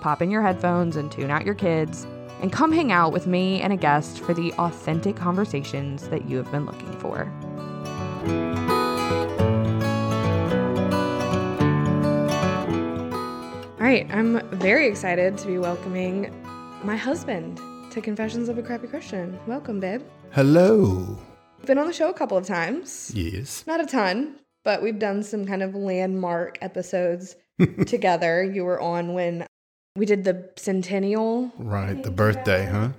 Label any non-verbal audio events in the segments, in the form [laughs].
pop in your headphones, and tune out your kids and come hang out with me and a guest for the authentic conversations that you have been looking for. All right, I'm very excited to be welcoming my husband to Confessions of a Crappy Christian. Welcome, babe. Hello. Been on the show a couple of times, Yes. not a ton, but we've done some kind of landmark episodes together. You were on when we did the centennial Right. The birthday, huh?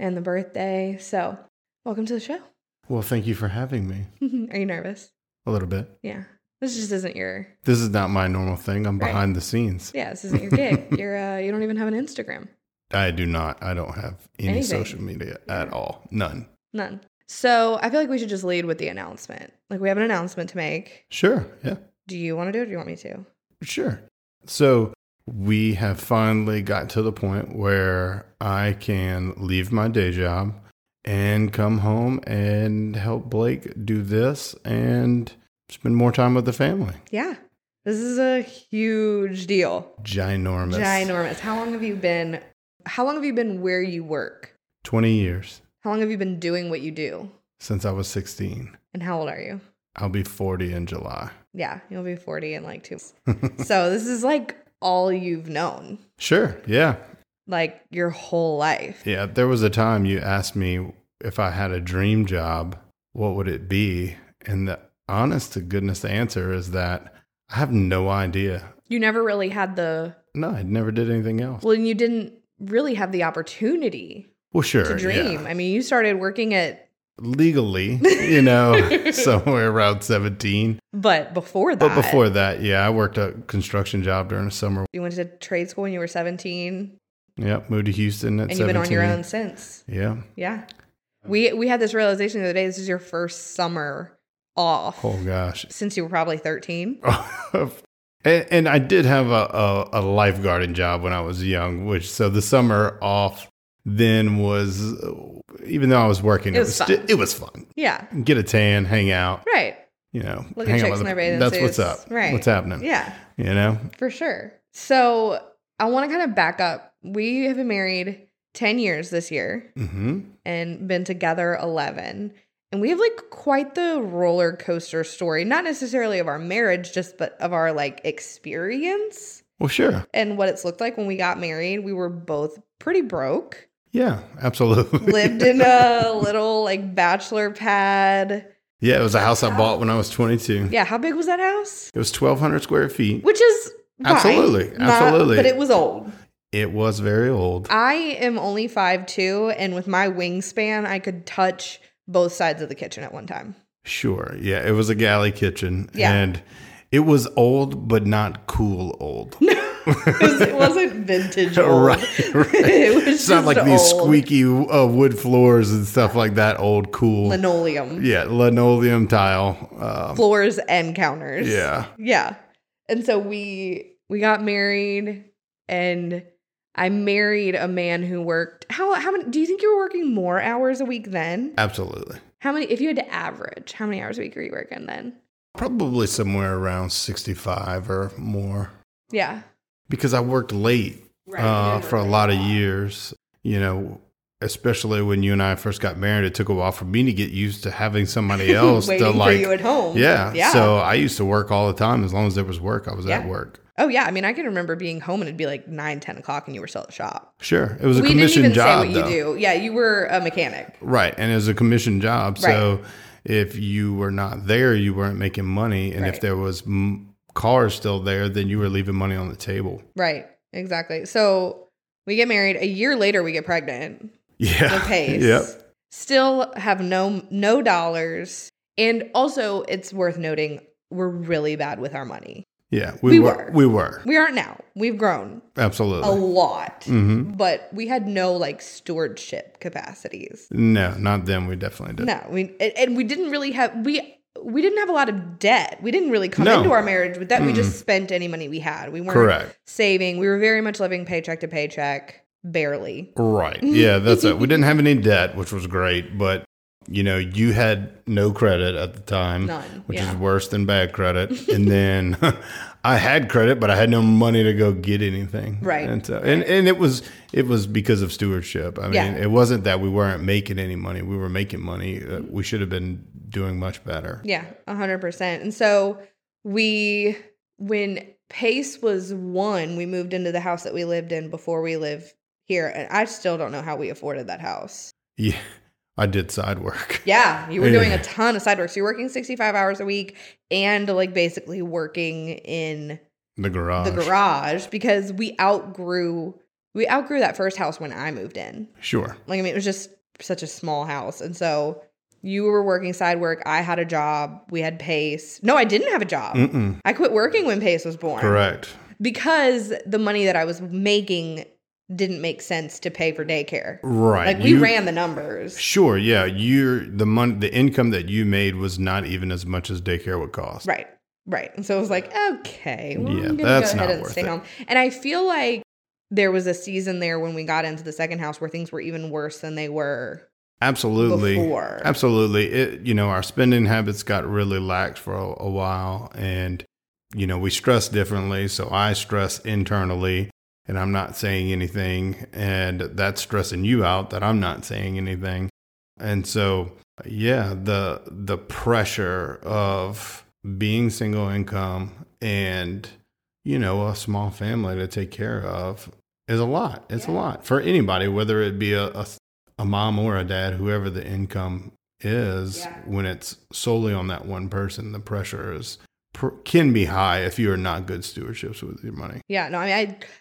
and the birthday. So, welcome to the show. [laughs] Well, thank you for having me. Are you nervous? A little bit. Yeah. This just isn't your This is not my normal thing. I'm Right. behind the scenes. yeah, this isn't your gig. You're uh you don't even have an Instagram. I do not. I don't have any Anything. social media at Yeah. all. None. None. So I feel like we should just lead with the announcement. Like we have an announcement to make. Sure. Yeah. Do you want to do it or do you want me to? Sure. So we have finally got to the point where I can leave my day job and come home and help Blake do this and spend more time with the family. Yeah. This is a huge deal. Ginormous. Ginormous. How long have you been how long have you been where you work? 20 years How long have you been doing what you do? since I was 16. And how old are you? I'll be 40 in July. Yeah, you'll be 40 in like [laughs] 2. so this is like all you've known Sure. Yeah. like your whole life. Yeah. There was a time you asked me if I had a dream job, what would it be? And the honest to goodness answer is that I have no idea. You never really had the No, I never did anything else. well, and you didn't really have the opportunity Well, sure. to dream. Yeah. I mean, you started working at, Legally, you [laughs] know, [laughs] somewhere around 17. but before that, But before that, yeah, I worked a construction job during the summer. you went to trade school when you were seventeen, Yep. Moved to Houston at and 17. you've been on your own since. Yeah. Yeah, we we had this realization the other day. This is your first summer off Oh, gosh. since you were probably thirteen. and, [laughs] and I did have a, a, a lifeguarding job when I was young, which so the summer off then was uh, even though I was working, It it, was was, sti- fun. it was fun. Yeah, Get a tan, hang out, right. you know, Look at hang out chicks with in the- their bathing That's suits. what's up. Right. What's happening? Yeah, You know, for sure. So I want to kind of back up. We have been married ten years this year. hmm and been together 11. And we have like quite the roller coaster story, not necessarily of our marriage, just but of our like experience well, sure. and what it's looked like when we got married. We were both pretty [laughs] broke, Yeah, absolutely. lived [laughs] in a little like bachelor pad. yeah, it was a house I bought when I was 22. Yeah, how big was that house? It was 1,200 square feet. Which is fine, Absolutely, not- absolutely. but it was old. It was very old. I am only five two, and with my wingspan, I could touch both sides of the kitchen at one [laughs] time. Sure. Yeah, it was a galley kitchen. Yeah. And it was old, but not cool old. [laughs] It, was, [laughs] it wasn't vintage. Old. right, [laughs] right. It was it's not just like these old. squeaky uh, wood floors and stuff like that. Old cool, linoleum yeah, linoleum tile. Um, floors and counters. yeah, Yeah. And so we we got married and I married a man who worked how how many do you think you were working more hours a week then? absolutely. How many if you had to average, how many hours a week were you working then? Probably somewhere around sixty-five or more, Yeah. because I worked late uh, for a lot of years. You know, especially when you and I first got married, it took a while for me to get used to [laughs] having somebody else Waiting to like. for you at home. yeah, Oh, Yeah. So I used to work all the time. As long as there was work, I was Yeah. at work. oh yeah. I mean I can remember being home and it'd be like nine, ten o'clock and you were still at the shop. Sure, it was a we didn't commission even job. say what though. you do. Yeah, you were a mechanic. Right. And it was a commission job. So if you were not there, you weren't making money. And Right. if there was m- cars still there, then you were leaving money on the table. [laughs] Right. Exactly. So we get married. A year later we get pregnant. Yeah. [laughs] the pace. Yep. Still have no no dollars. And also it's worth noting we're really bad with our money. Yeah, we, We were, were. Oh. We were. We aren't now. We've grown a Absolutely. lot, hmm but we had no like stewardship capacities. No, not them. We definitely did. No, we and- and we didn't really have we we didn't have a lot of debt. We didn't really come No. into our marriage with that. We Mm-mm. just spent any money we had. We weren't Correct. saving. We were very much living paycheck to paycheck, barely. [laughs] Right. Yeah, that's it. We didn't have any debt, which was great, but you know, you had no credit at the time, None. Um, which yeah. is worse than bad credit. and then [laughs] I had credit, but I had no money to go get anything. Right. And so, and, and it was it was because of stewardship. I mean, Yeah. it wasn't that we weren't making any money. We were making money. Uh, we should have been doing much better. Yeah, 100%. And so we, when Pace was one, we moved into the house that we lived in before we live here. And I still don't know how we afforded that house. Yeah. [laughs] I did side work. Yeah, you were doing Yeah. a ton of side work. So you're working 65 hours a week and like basically working in The garage. the garage because we outgrew, we outgrew that first house when I moved in. Sure. Like, I mean, it was just such a small house. And so you were working side work. I had a job. We had Pace. No, I didn't have a job. Mm-mm. I quit working when Pace was born. Mm. Correct. Because the money that I was making didn't make sense to pay for daycare. Right. Like we You- ran the numbers. Sure, yeah. You're the money the income that you made was not even as much as daycare would cost. Right. Right. And so it was like, okay, well, Yeah, I'm gonna that's go ahead not and worth stay it. home. And I feel like there was a season there when we got into the second house where things were even worse than they were Absolutely. before. Absolutely. It you know, our spending habits got really lax for a, a while and you know, we stress differently, so I stress internally and I'm not saying anything and that's stressing you out that I'm not saying anything. And so, yeah, the the pressure of being single income and you know, a small family to take care of is a lot. It's a Yeah. lot for anybody, whether it be a, a a mom or a dad, whoever the income is, Yeah. when it's solely on that one person, the pressure is pr- can be high if you are not good stewardships with your money. Yeah, no, I mean,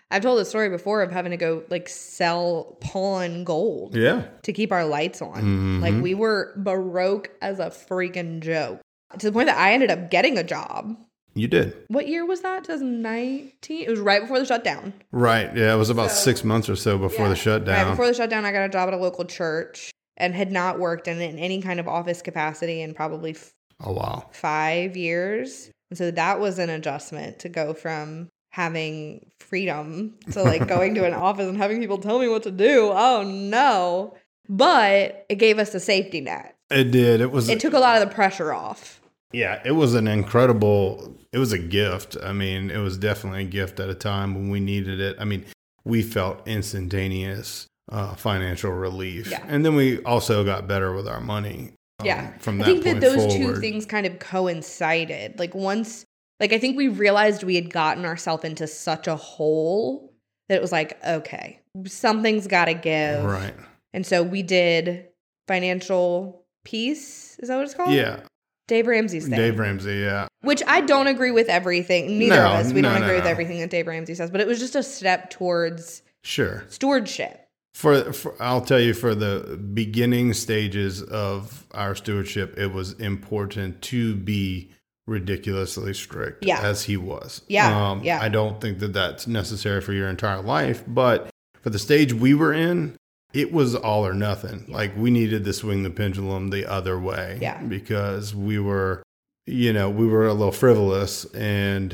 I I've told the story before of having to go like sell pawn gold Yeah. to keep our lights on. Like Mhm. we were baroque as a freaking joke to the point that I ended up getting a job. You did. What year was that? 2019. It was right before the shutdown. Right. Yeah. It was about So- six months or so before Yeah. the shutdown. Right before the shutdown, I got a job at a local church and had not worked in, in any kind of office capacity in probably f- oh, wow. five years. And so that was an adjustment to go from having freedom to like going to an office and having people tell me what to do. Oh no. But it gave us the safety net. It did. It was, It took a lot of the pressure off. yeah, it was an incredible, it was a gift. I mean, it was definitely a gift at a time when we needed it. I mean, we felt instantaneous uh, financial relief. Yeah. And then we also got better with our money. um, Yeah. From I that think that point those forward. two things kind of coincided. Like once like I think we realized we had gotten ourselves into such a hole that it was like, okay, something's gotta give. Right. And so we did financial peace. Is that what it's called? Yeah. Dave Ramsey's thing. Dave Ramsey. Yeah. Which I don't agree with everything. Neither No, of us. We no, don't no, agree with no. everything that Dave Ramsey says, but it was just a step towards Sure. stewardship. [laughs] For, for I'll tell you, for the beginning stages of our stewardship, it was important to be ridiculously strict, Yeah. as he was. Um, Yeah, yeah. I don't think that that's necessary for your entire life, but for the stage we were in, it was all or nothing. Like we needed to swing the pendulum the other way, Yeah. because we were, you know, we were a little frivolous, and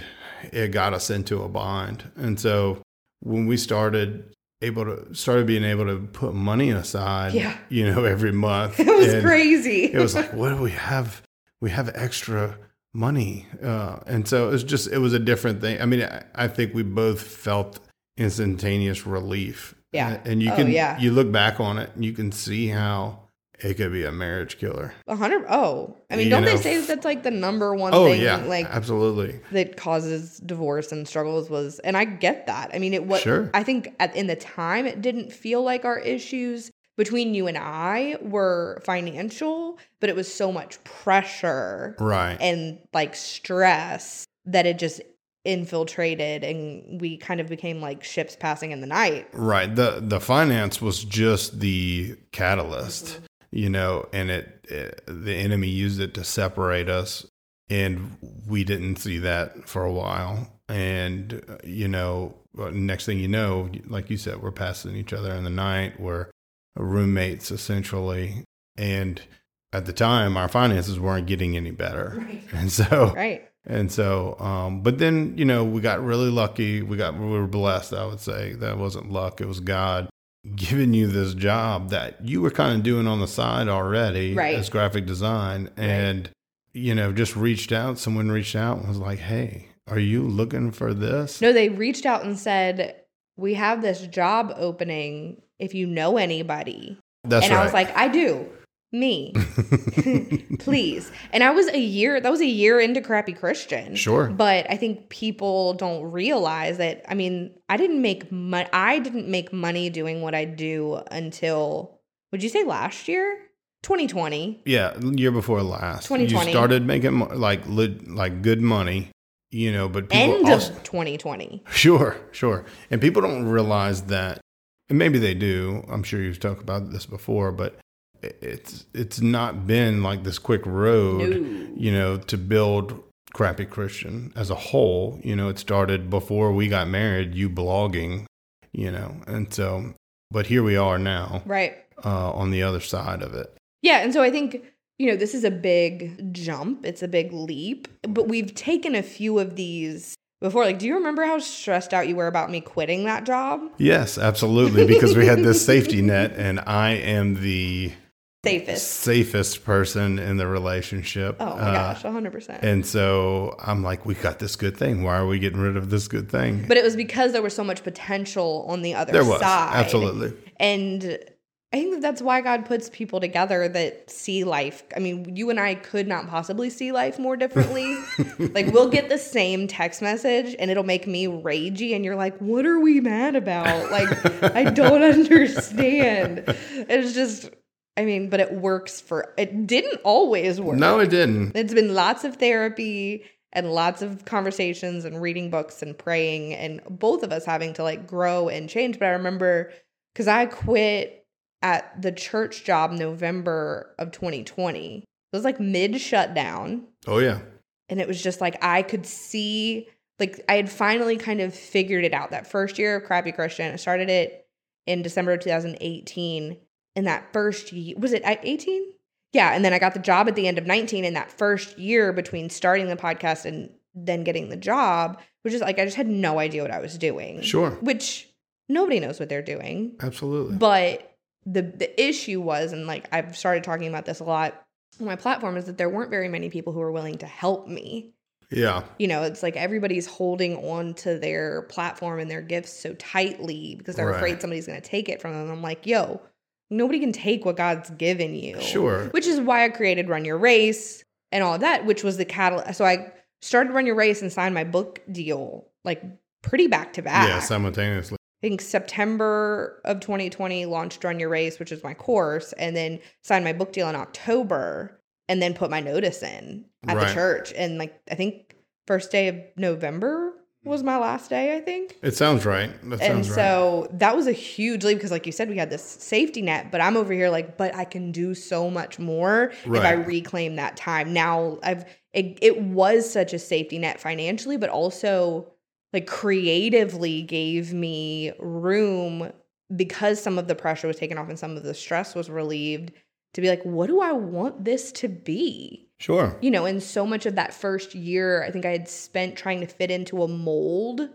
it got us into a bind. And so when we started able to started being able to put money aside, Yeah. you know, every [laughs] month, It was and crazy. It was like, what do we have? We have extra money, uh, and so it was just it was a different thing. I mean, I, I think we both felt instantaneous relief. Yeah. A- and you Oh, can yeah. you look back on it, and you can see how it could be a marriage killer. A hundred. Oh, I mean, You don't they know. say that that's like the number one Oh thing, yeah, like absolutely. that causes divorce and struggles was, and I get that. I mean, it was. Sure. I think at, in the time it didn't feel like our issues between you and I were financial, but it was so much pressure Right. and like stress that it just infiltrated, and we kind of became like ships passing in the night. Right. The the finance was just the eh, catalyst, you know, and it, it the enemy used it to separate us and we didn't see that for a while and uh, you know uh, next thing you know like you said we're passing each other in the night we're roommates essentially and at the time our finances weren't getting any better [laughs] and so Right. and so um but then you know we got really lucky we got we were blessed i would say that wasn't luck it was god [laughs] giving you this job that you were kind of doing on the side already Right. as graphic design and you know just reached out someone reached out and was like hey are you looking for this No, they reached out and said, We have this job opening if you know anybody. that's and right I was like, I do. Me. [laughs] Please. And I was a year, that was a year into Crappy Christian. [laughs] Sure. [laughs] But I think people don't realize that. I mean, I didn't make money, I didn't make money doing what I do until, would you say last year? 2020. Yeah, year before last. 2020. You started making mo- like li- like good money, you know, but people End also, of 2020. sure, sure. And people don't realize that and maybe they do. I'm sure you've talked about this before, but i- it's it's not been like this quick road, you know, to build crappy Christian as a whole. You know, it started before we got married, you blogging, you know. And so but here we are now Right. uh, on the other side of it. Yeah, and so I think you know this is a big jump. It's a big leap, but we've taken a few of these before. Like, do you remember how stressed out you were about me quitting that job? Yes, absolutely. Because we had [laughs] this safety net, and I am the Safest. safest person in the relationship. Oh my Uh, gosh, one hundred percent. And so I'm like, we got this good thing. Why are we getting rid of this good thing? But it was because there was so much potential on the other there was. side. Absolutely. And I think that that's why God puts people together that see life. I mean, you and I could not possibly see life more [laughs] differently. like, we'll get the same text message and it'll make me ragey. And you're like, what are we mad about? Like, I [laughs] don't understand. It's just, I mean, but it works for, it didn't always work. No, it didn't. It's been lots of therapy and lots of conversations and reading books and praying and both of us having to like grow and change. But I remember because I quit at the church job November of 2020. It was like mid shutdown. Oh, yeah. And it was just like I could see, like I had finally kind of figured it out. That first year of Crappy Christian, I started it in December of 2018. And that first year, was it at 18? Yeah. And then I got the job at the end of 19. And that first year between starting the podcast and then getting the job, which is like I just had no idea what I was doing. Sure. Which nobody knows what they're doing. Absolutely. But the the issue was, and like I've started talking about this a lot on my platform, is that there weren't very many people who were willing to help me. yeah. You know, it's like everybody's holding on to their platform and their gifts so tightly because they're Right. afraid somebody's going to take it from them. I'm like, yo, nobody can take what God's given you. Sure. Which is why I created Run Your Race and all of that, which was the catalyst. So I started Run Your Race and signed my book deal like pretty back to back. Yeah, simultaneously. I think September of 2020 launched Run Your Race, which is my course, and then signed my book deal in October, and then put my notice in at the Right. church. And like I think first day of November was my last day, I think. It sounds right. That And sounds right. so that was a huge leap because, like you said, we had this safety net, but I'm over here like, but I can do so much more if I Right. reclaim that time. Now I've it, it was such a safety net financially, but also like creatively gave me room because some of the pressure was taken off and some of the stress was relieved to be like, what do I want this to be? Sure. you know, and so much of that first year, I think I had spent trying to fit into a mold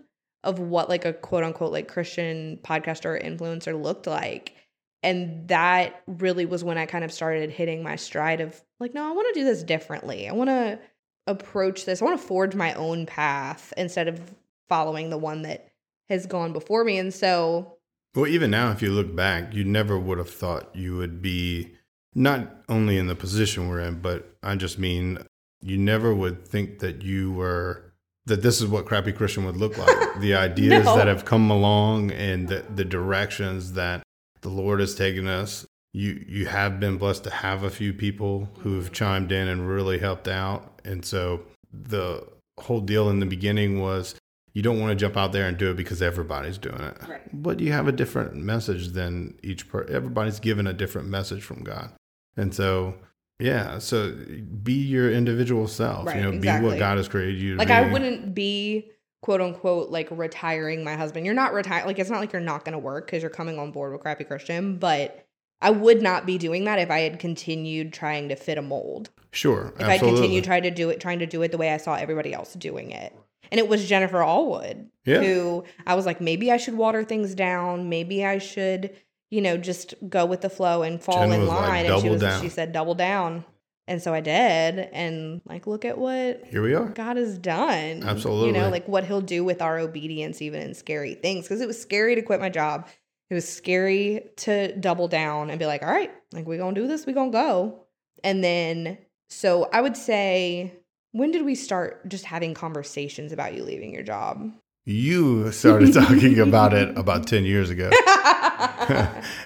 of what like a quote unquote like Christian podcaster or influencer looked like. And that really was when I kind of started hitting my stride of like, no, I want to do this differently. I want to approach this. I want to forge my own path instead of following the one that has gone before me. And so Well, even now, if you look back, you never would have thought you would be not only in the position we're in, but I just mean you never would think that you were that this is what crappy Christian would look [laughs] like. the ideas No. that have come along and the, the directions that the Lord has taken us. You you have been blessed to have a few people who Mm-hmm. have chimed in and really helped out, and so the whole deal in the beginning was you don't want to jump out there and do it because everybody's doing it. Right. But you have a different message than each per everybody's given a different message from God. And so Yeah. So be your individual self. Right, you know, be exactly. what God has created you to Like be. I wouldn't be quote unquote like retiring my husband. You're not retiring. Like it's not like you're not going to work because you're coming on board with Crappy Christian, but I would not be doing that if I had continued trying to fit a mold. Sure. If I continued trying to do it, trying to do it the way I saw everybody else doing it. And it was Jennifer Allwood yeah. who I was like, maybe I should water things down. Maybe I should, you know, just go with the flow and fall Jen in was like, line. and she "Double was, down." she said, double down. And so I did. And like, look at what Here we are. God has done. You Absolutely. know, like what he'll do with our obedience, even in scary things. Cause it was scary to quit my job. It was scary to double down and be like, all right, like we're going to do this, we're going to go. And then, so I would say, when did we start just having conversations about you leaving your [laughs] job? [laughs] You started talking about it about 10 years ago.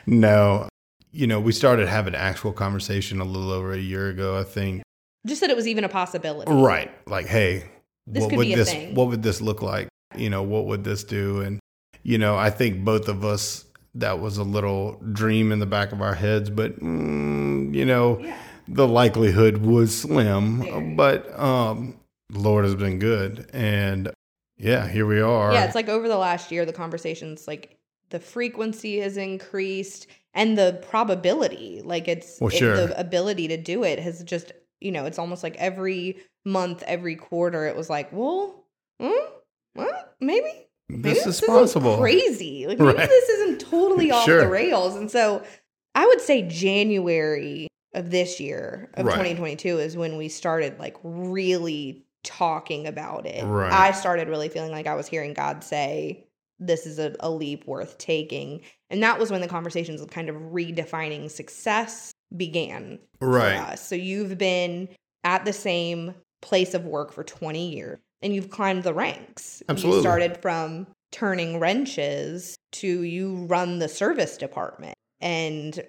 no. You know, we started having actual conversation a little over a year ago, I think. just that it was even a possibility. Right. Like, hey, This what could would be a this thing. what would this look like? You know, what would this do? And you know, I think both of us that was a little dream in the back of our heads, but mm, you know, Yeah. the likelihood was Very. slim. But um, Lord has been good, and yeah, here we are. Yeah, it's like over the last year, the conversations like the frequency has increased and the probability, like it's Well, it- sure. the ability to do it has just you know, it's almost like every month, every quarter, it was like, well, hmm, well, maybe maybe this is isn't possible. crazy. Like maybe [laughs] Right. this isn't totally off the Sure. rails. And so I would say January of this year of Right. 2022 is when we started like really talking about it. Right. I started really feeling like I was hearing God say this is a, a leap worth taking. And that was when the conversations of kind of redefining success began for Right. us. So you've been at the same place of work for 20 years and you've climbed the ranks. You Absolutely. started from turning wrenches to you run the service department. And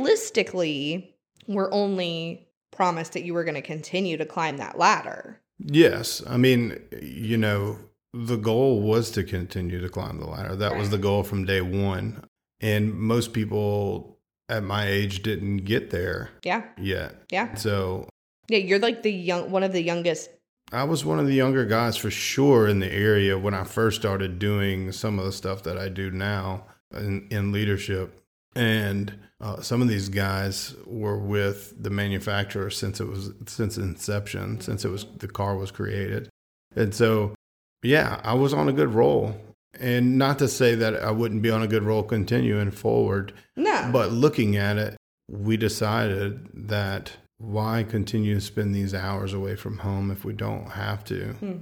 realistically, we're only promised that you were going to continue to climb that ladder. Yes. I mean, you know, the goal was to continue to climb the ladder. That was Right. the goal from day one. And most people at my age didn't get there Yeah. yet. Yeah. So Yeah, you're like the young one of the youngest. I was one of the younger guys for sure in the area when I first started doing some of the stuff that I do now in, in leadership. And uh, some of these guys were with the manufacturer since it was since inception, since it was the car was created. And so, yeah, I was on a good roll. And not to say that I wouldn't be on a good roll continuing forward, No. but looking at it, we decided that why continue to spend these hours away from home if we don't have to? Hmm.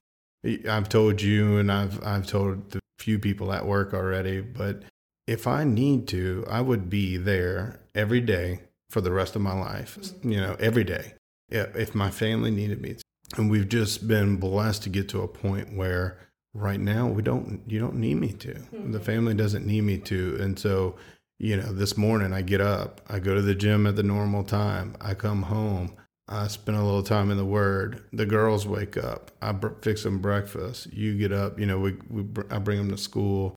I've told you and I've I've told the few people at work already, but if I need to, I would be there every day for the rest of my life, you know, every day if if my family needed me. And we've just been blessed to get to a point where right now we don't you don't need me to. The family doesn't need me to. And so you know, this morning I get up, I go to the gym at the normal time, I come home, I spend a little time in the Word. The girls wake up, I br- fix them breakfast. You get up, you know, we, we br- I bring them to school.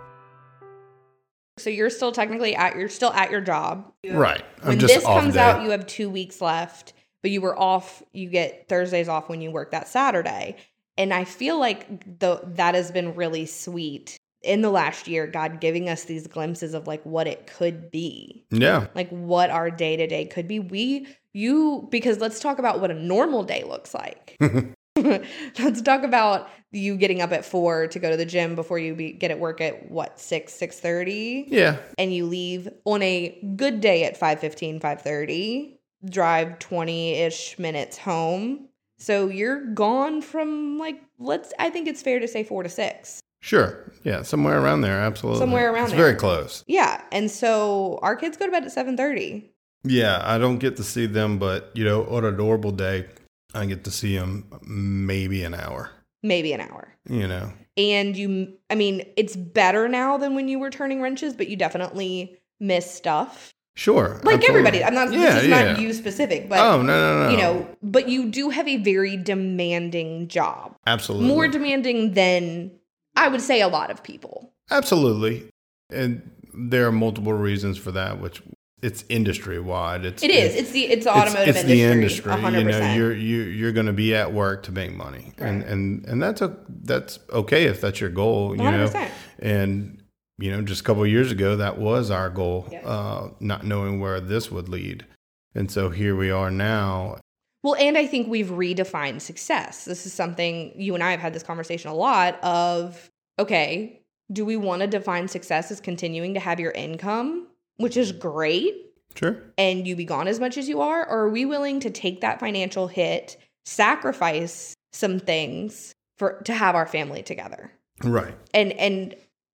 so you're still technically at you're still at your job. Right. I'm when just this off comes day. out, you have two weeks left, but you were off. You get Thursdays off when you work that Saturday, and I feel like the that has been really sweet in the last year. God giving us these glimpses of like what it could be, Yeah. [laughs] like what our day to day could be. We you because let's talk about what a normal day looks like. [laughs] let's talk about you getting up at four to go to the gym before you be, get at work at what six six thirty Yeah. and you leave on a good day at 5.15 5.30 drive 20-ish minutes home so you're gone from like let's i think it's fair to say four to six Sure. Yeah. Somewhere around there. Absolutely. Somewhere around it's there. very close. yeah and so our kids go to bed at 7.30 Yeah, I don't get to see them, but you know, on a normal day, I get to see them maybe an hour. maybe an hour. You know, And you, I mean, it's better now than when you were turning wrenches, but you definitely miss stuff. sure. Like absolutely. everybody, I'm not, Yeah, this is yeah. not you specific, but oh no, no, no. you know, but you do have a very demanding job. absolutely More demanding than I would say a lot of people. Absolutely. And there are multiple reasons for that, which it's industry wide. It's It is. It's the it's the automotive it's the industry. industry. You know, 100%. you're you you're going to be at work to make money, and Right. and and that's a that's okay if that's your goal. You know, 100%. and you know, just a couple of years ago, that was our goal, Yeah. uh, not knowing where this would lead, and so here we are now. Well, and I think we've redefined success. This is something you and I have had this conversation a lot of okay, do we want to define success as continuing to have your income, which is great, Sure. and you be gone as much as you are? Or are we willing to take that financial hit, sacrifice some things for to have our family together? Right. and and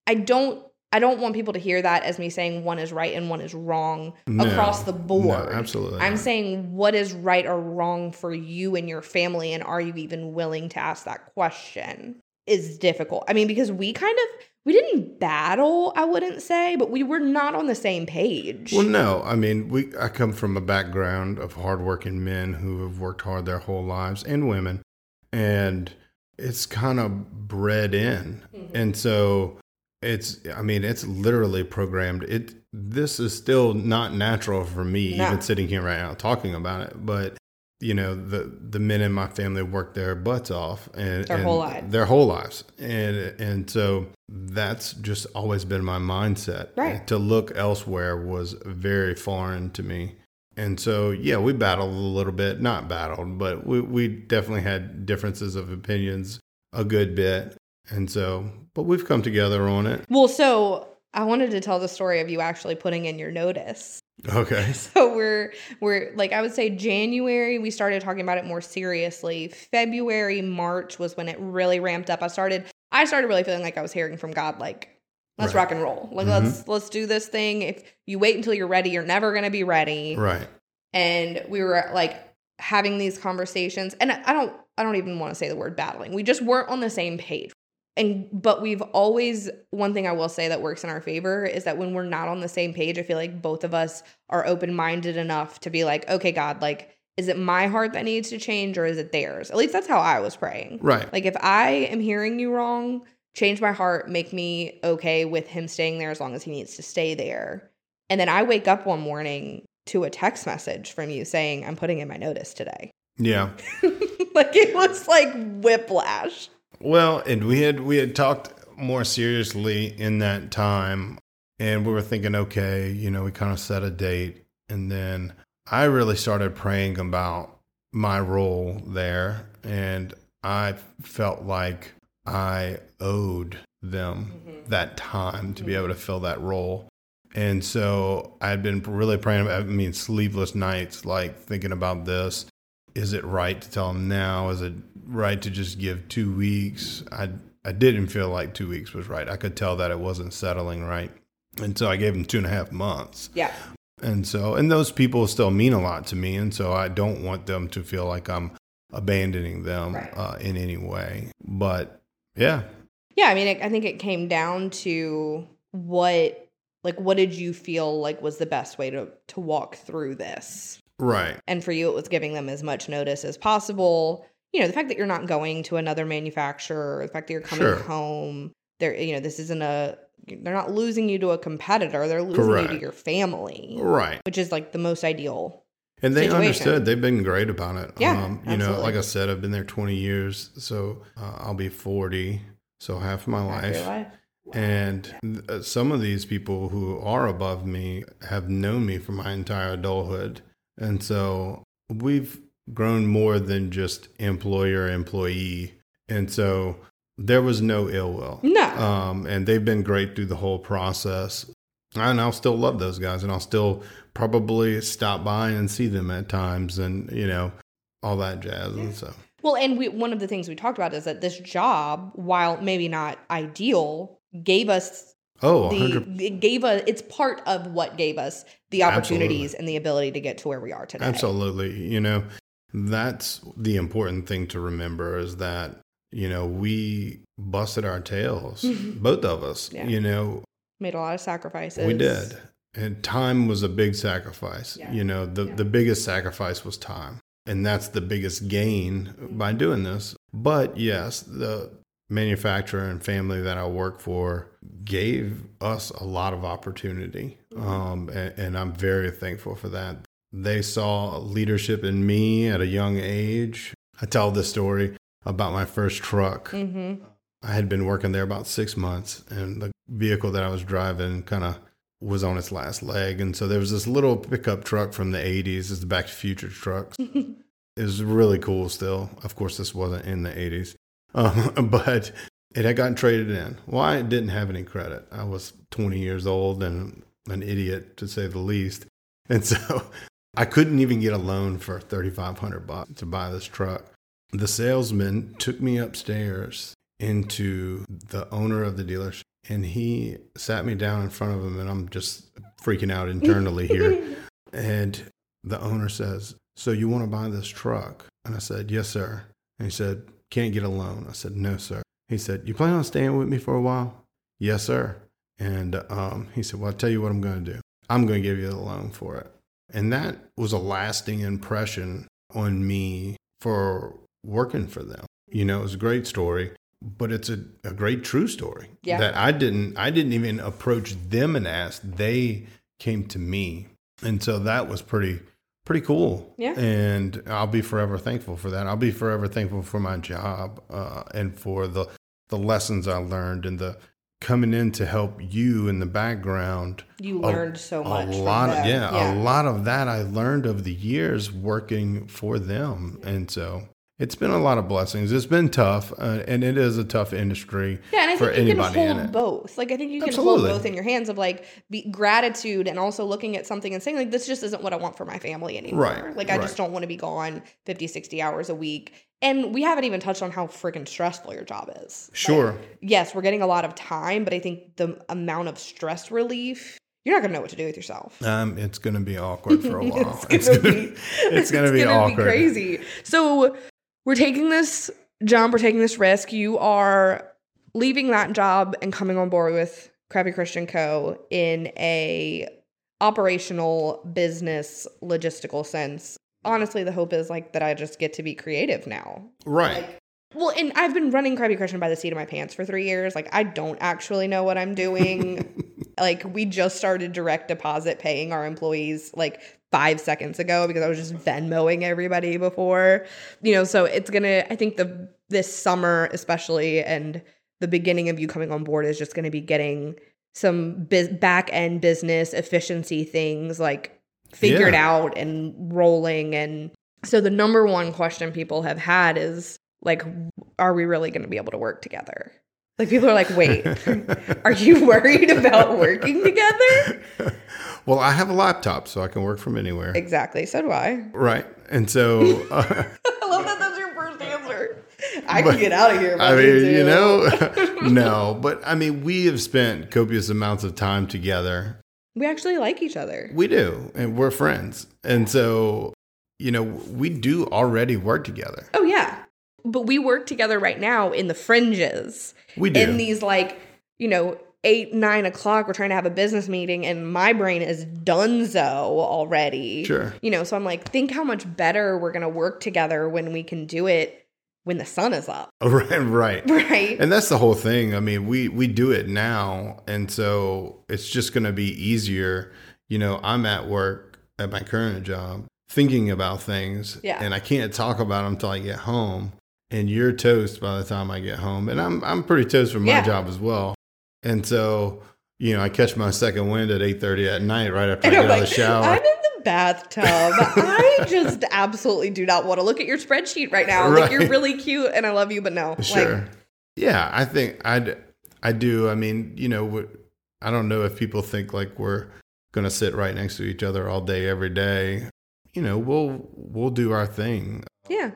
i don't i don't want people to hear that as me saying one is right and one is wrong No. across the board No, absolutely. i'm not. saying what is right or wrong for you and your family and are you even willing to ask that question is difficult i mean because we kind of we didn't battle i wouldn't say but we were not on the same page Well, no, I mean, we. I come from a background of hardworking men who have worked hard their whole lives, and women, and it's kind of bred in, and so it's. I mean, it's literally programmed. It. This is still not natural for me, No. even sitting here right now talking about it, but. You know the the men in my family worked their butts off and Their and whole lives. Their whole lives, and and so that's just always been my mindset. Right. To look elsewhere was very foreign to me. And so, yeah, we battled a little bit, not battled, but we, we definitely had differences of opinions a good bit. And so, but we've come together on it. well so i wanted to tell the story of you actually putting in your notice Okay. so we're we're like i would say january we started talking about it more seriously february march was when it really ramped up i started i started really feeling like i was hearing from god like let's Right. rock and roll like Mhm. let's let's do this thing if you wait until you're ready you're never going to be ready Right. and we were like having these conversations and i I don't i don't even want to say the word battling we just weren't on the same page and but we've always one thing i will say that works in our favor is that when we're not on the same page i feel like both of us are open-minded enough to be like okay god like is it my heart that needs to change or is it theirs at least that's how i was praying Right. like if i am hearing you wrong change my heart make me okay with him staying there as long as he needs to stay there and then i wake up one morning to a text message from you saying i'm putting in my notice today [laughs] Yeah. like it was like whiplash Well, and we had we had talked more seriously in that time, and we were thinking, okay, you know, we kind of set a date, and then I really started praying about my role there, and I felt like I owed them that time to be Mm-hmm. able to fill that role. And so I'd been really praying. about- I mean, sleepless nights, like thinking about this is it right to tell them now? Is it right to just give two weeks? I I didn't feel like two weeks was right. I could tell that it wasn't settling right, and so I gave them two and a half months. yeah And so, and those people still mean a lot to me, and so I don't want them to feel like I'm abandoning them Right. uh, in any way. But yeah, yeah i mean it, i think it came down to what like what did you feel like was the best way to to walk through this right, and for you it was giving them as much notice as possible you know the fact that you're not going to another manufacturer the fact that you're coming Sure. home they're you know this isn't a they're not losing you to a competitor they're losing you Correct. to your family right. which is like the most ideal And they situation. understood. They've been great about it. Um, Yeah, you know, absolutely. like I said, I've been there 20 years, so uh, I'll be 40, so half my half your life. And uh, some of these people who are above me have known me for my entire adulthood. And so we've grown more than just employer employee. And so there was no ill will. no Um, and they've been great through the whole process. And I'll still love those guys and I'll still probably stop by and see them at times and, you know, all that jazz. And so, Well, and we, one of the things we talked about is that this job, while maybe not ideal, gave us Oh, the 100 it gave us it's part of what gave us the opportunities and the ability to get to where we are today. Absolutely. You know, that's the important thing to remember is that, you know, we busted our tails, Mhm. both of us. Yeah. You know, Made a lot of sacrifices. we did. And time was a big sacrifice. Yeah. You know, the, Yeah. the biggest sacrifice was time. And that's the biggest gain by doing this. But yes, the manufacturer and family that I work for gave us a lot of opportunity. Mm-hmm. Um, and, and I'm very thankful for that. They saw leadership in me at a young age. I tell this story about my first truck. hmm [laughs] I had been working there about six months, and the vehicle that I was driving kind of was on its last leg. And so there was this little pickup truck from the 80s, it's the Back to the Future trucks. it was really cool still. Of course, this wasn't in the 80s, um, [laughs] but it had gotten traded in. Well, I didn't have any credit. I was 20 years old and an idiot, to say the least. [laughs] And so I couldn't even get a loan for 3500 bucks to buy this truck. The salesman took me upstairs into the owner of the dealership and he sat me down in front of him and I'm just freaking out internally here. And the owner says, "So you want to buy this truck?" And I said, "Yes, sir." And he said, "Can't get a loan." I said, "No, sir." He said, "You plan on staying with me for a while?" "Yes, sir." And um, he said, "Well, I'll tell you what I'm going to do. I'm going to give you the loan for it." And that was a lasting impression on me for working for them. You know, it was a great story, but it's a, a great true story Yeah. that I didn't I didn't even approach them and ask. They came to me. And so that was pretty pretty cool. Yeah. And I'll be forever thankful for that. I'll be forever thankful for my job uh, and for the the lessons I learned and the coming in to help you in the background [laughs] You learned so much. a from lot of, them. yeah, a lot of that i learned of the years working for them and so it's been a lot of blessings it's been tough uh, and it is a tough industry Yeah, and I for think you can anybody in hold it. both. Like I think you can Absolutely. hold both in your hands of like be, gratitude and also looking at something and saying like this just isn't what I want for my family anymore. Right, Like I just right. don't want to be gone 50, 60 hours a week. And we haven't even touched on how freaking stressful your job is. sure Yes, we're getting a lot of time, but I think the amount of stress relief, you're not going to know what to do with yourself. um, it's gonna be awkward for a while [laughs] it's gonna gonna- be it's gonna be awkward crazy. So we're taking this jump, we're taking this risk. You are leaving that job and coming on board with Crappy Christian Co. in a operational business logistical sense. Honestly, the hope is like that I just get to be creative now. [laughs] right Well, and I've been running Krabby Christian by the seat of my pants for three years. Like, I don't actually know what I'm [laughs] doing. like, we just started direct deposit paying our employees like five seconds ago because I was just Venmoing everybody before, you know. So it's gonna. I think the this summer especially and the beginning of you coming on board is just gonna be getting some biz- back end business efficiency things like figured Yeah. out and rolling and so the number one question people have had is like, are we really going to be able to work together? Like people are like, wait, [laughs] are you [laughs] worried about working together? [laughs] well i have a laptop so i can work from anywhere Exactly. So do I. right and so [laughs] uh, [laughs] I love that that's your first answer. I But- can get out of here. if I need mean, to. you know, [laughs] no, but I mean, we have spent copious amounts of time together. we actually like each other. We do, and we're friends. And so, you know, we do already work together. Oh yeah. But we work together right now in the fringes. We do. in these like you know eight nine o'clock we're trying to have a business meeting and my brain is donezo already Sure. [laughs] you know so i'm like think how much better we're gonna work together when we can do it when the sun is up [laughs] right, right. right And that's the whole thing. I mean, we we do it now, and so it's just going to be easier. You know, I'm at work at my current job thinking about things, Yeah. and I can't talk about them until I get home. And you're toast by the time I get home, and I'm I'm pretty toast for my Yeah. job as well. And so, you know, I catch my second wind at 8:30 at night, right [laughs] after I and I'm get out of like, the shower. I'm in the bathtub. I [laughs] just absolutely do not want to look at your spreadsheet right now. Like, you're Right. really cute and I love you, but no. Sure. Like, yeah, I think I I do. I mean, you know, what I don't know if people think like we're going to sit right next to each other all day every day. You know, we'll we'll do our thing. yeah.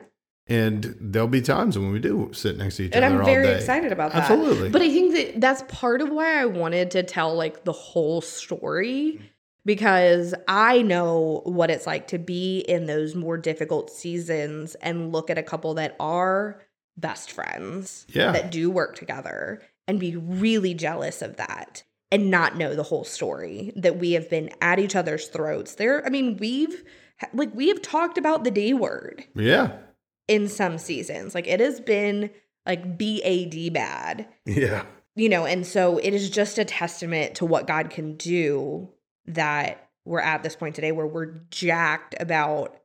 And there'll be times when we do sit next to each and other I'm all very day. excited about that. Absolutely. But I think that that's part of why I wanted to tell like the whole story because I know what it's like to be in those more difficult seasons and look at a couple that are best friends Yeah. that do work together and be really jealous of that and not know the whole story that we have been at each other's throats. There I mean we've like we have talked about the D word yeah. in some seasons. Like it has been like BAD bad, Yeah. you know, and so it is just a testament to what God can do that we're at this point today where we're jacked about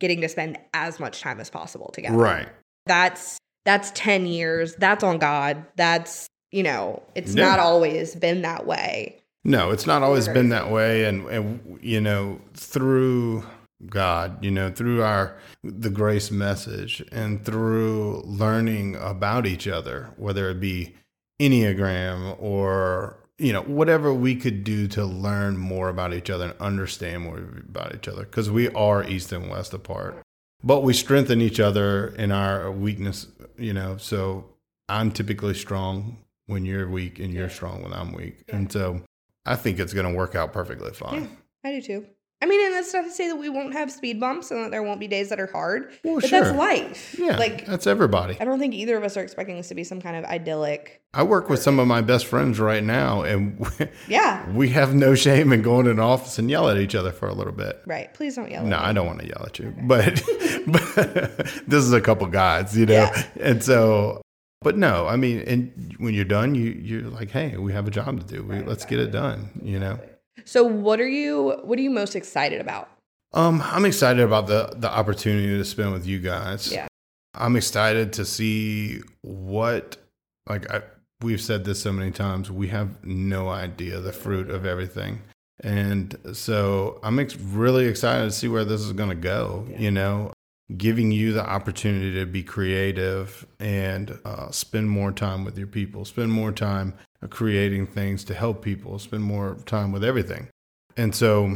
getting to spend as much time as possible together. Right. That's that's 10 years. That's on God. That's, you know, it's Yeah. not always been that way. No, it's not always Right. been that way. And, and, you know, through God, you know, through our, the grace message and through learning about each other, whether it be Enneagram or, you know, whatever we could do to learn more about each other and understand more about each other, because we are East and West apart, but we strengthen each other in our weakness, you know. So I'm typically strong when you're weak and you're strong when I'm weak. And so, I think it's going to work out perfectly fine. I do too. I mean, and that's not to say that we won't have speed bumps and that there won't be days that are hard. Well, but that's Oh, sure. life. Yeah, Like that's everybody. I don't think either of us are expecting this to be some kind of idyllic. I work with some of my best friends right now, and [laughs] Yeah. we have no shame in going to an office and yell at each other for a little bit. Right. Please don't yell. No, at I don't want to yell at you, but, [laughs] but this is a couple guys, you know, Yeah. and so, but no, I mean, and when you're done, you you're like, hey, we have a job to do. We, let's get it done, you know. me. So what are you what are you most excited about? Um, I'm excited about the the opportunity to spend with you guys. Yeah. I'm excited to see what like I, we've said this so many times. We have no idea the fruit of everything, and so I'm ex- really excited to see where this is going to go. You know, giving you the opportunity to be creative and uh, spend more time with your people, spend more time creating things to help people, spend more time with everything, and so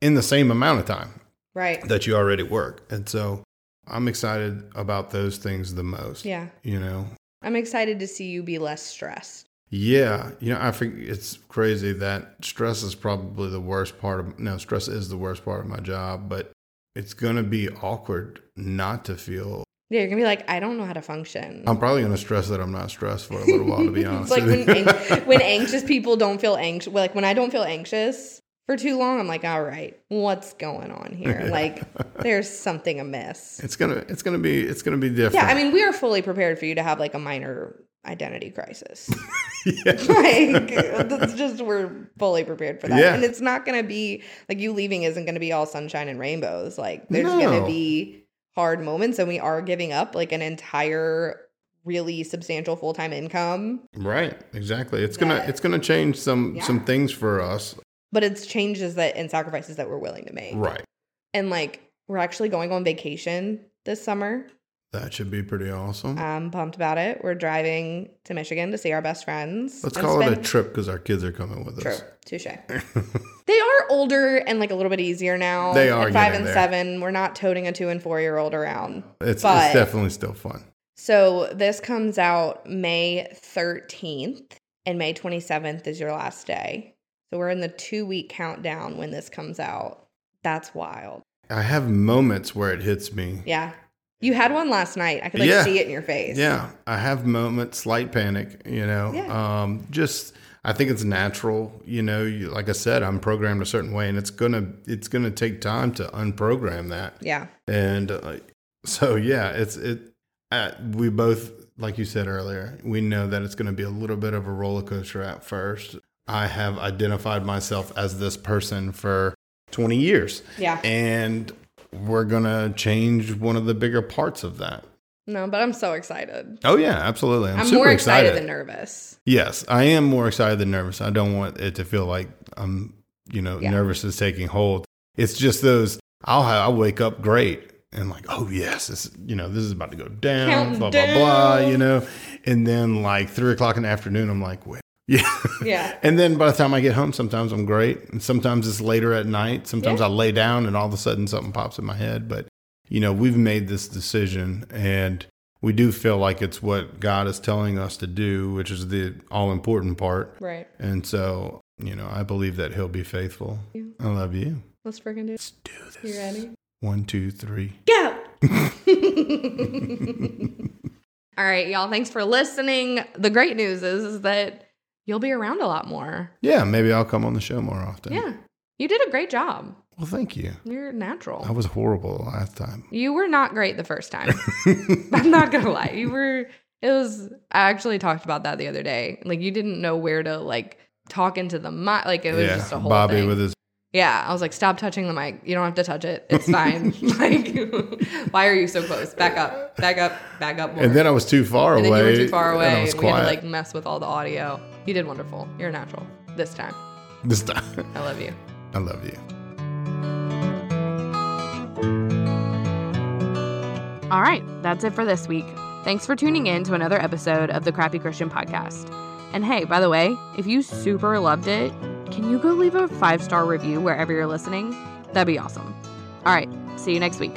in the same amount of time Right. that you already work. And so I'm excited about those things the most. Yeah. You know, I'm excited to see you be less stressed. yeah. You know, I think it's crazy that stress is probably the worst part of, no, stress is the worst part of my job, but it's going to be awkward not to feel. Yeah, you're gonna be like, I don't know how to function. I'm probably going to stress that I'm not stressed for a little while, to [laughs] be honest. it's like with when you. ang- [laughs] when anxious people don't feel anxious. Like when I don't feel anxious for too long, I'm like, all right, what's going on here? [laughs] Like there's something amiss. it's going to, it's going to be, it's going to be different. Yeah, I mean, we are fully prepared for you to have like a minor identity crisis. [laughs] [laughs] Yeah. like uh, that's just we're fully prepared for that Yeah. and it's not going to be like you leaving isn't going to be all sunshine and rainbows like there's No. going to be hard moments and we are giving up like an entire really substantial full-time income Right. Exactly. It's going to, That- it's going to change some, Yeah. some things for us. but it's changes that and sacrifices that we're willing to make Right. and like we're actually going on vacation this summer That should be pretty awesome. i'm pumped about it we're driving to michigan to see our best friends Let's and call it a spend- trip because our kids are coming with True. us. Touche. [laughs] they are older and like a little bit easier now. They are At five getting and there. seven. We're not toting a two and four year old around. It's, But- it's definitely still fun. So this comes out May 13th, and May 27th is your last day. So we're in the two week countdown when this comes out. That's wild. I have moments where it hits me. Yeah. You had one last night. I could like Yeah. see it in your face. Yeah, I have moments, slight panic, you know. Yeah. Um, just I think it's natural, you know. You, like I said, I'm programmed a certain way, and it's gonna it's gonna take time to unprogram that. Yeah. And uh, so, yeah, it's it. Uh, we both, like you said earlier, we know that it's going to be a little bit of a roller coaster at first. I have identified myself as this person for 20 years, Yeah. and we're going to change one of the bigger parts of that. No, but I'm so excited. Oh, yeah, absolutely. I'm, I'm, super more excited. excited, than nervous. yes, I am more excited than nervous. I don't want it to feel like I'm, you know, Yeah. nervous is taking hold. It's just those, I'll, have, I'll wake up great and like, oh, yes, this, you know, this is about to go down, Counting blah, blah, blah, down. you know. And then like three o'clock in the afternoon, I'm like, wait. [laughs] Yeah. [laughs] Yeah. And then by the time I get home, sometimes I'm great. And sometimes it's later at night. Sometimes I lay down and all of a sudden something pops in my head. But you know, we've made this decision and we do feel like it's what God is telling us to do, which is the all important part. Right. And so, you know, I believe that He'll be faithful. Yeah. I love you. Let's freaking do it. Let's do this. You ready? One, [laughs] two, three. Go! All right, y'all. Thanks for listening. The great news is, is that you'll be around a lot more. Yeah, maybe I'll come on the show more often. Yeah. You did a great job. Well, thank you. You're natural. I was horrible the last time. You were not great the first time. [laughs] I'm not gonna lie. You were it was I actually talked about that the other day. Like you didn't know where to like talk into the mic. Like it was yeah, just a whole Bobby thing. with his. yeah. I was like, stop touching the mic. You don't have to touch it. [laughs] It's fine. [laughs] like why are you so close? Back up, back up, back up more. And then I was too far And away. then you were too far away. And I was and we had to quiet like mess with all the audio. You did wonderful. You're a natural. This time. this time. I love you. [laughs] I love you. All right, that's it for this week. Thanks for tuning in to another episode of the Crappy Christian Podcast. And hey, by the way, if you super loved it, can you go leave a five star review wherever you're listening? That'd be awesome. All right, see you next week.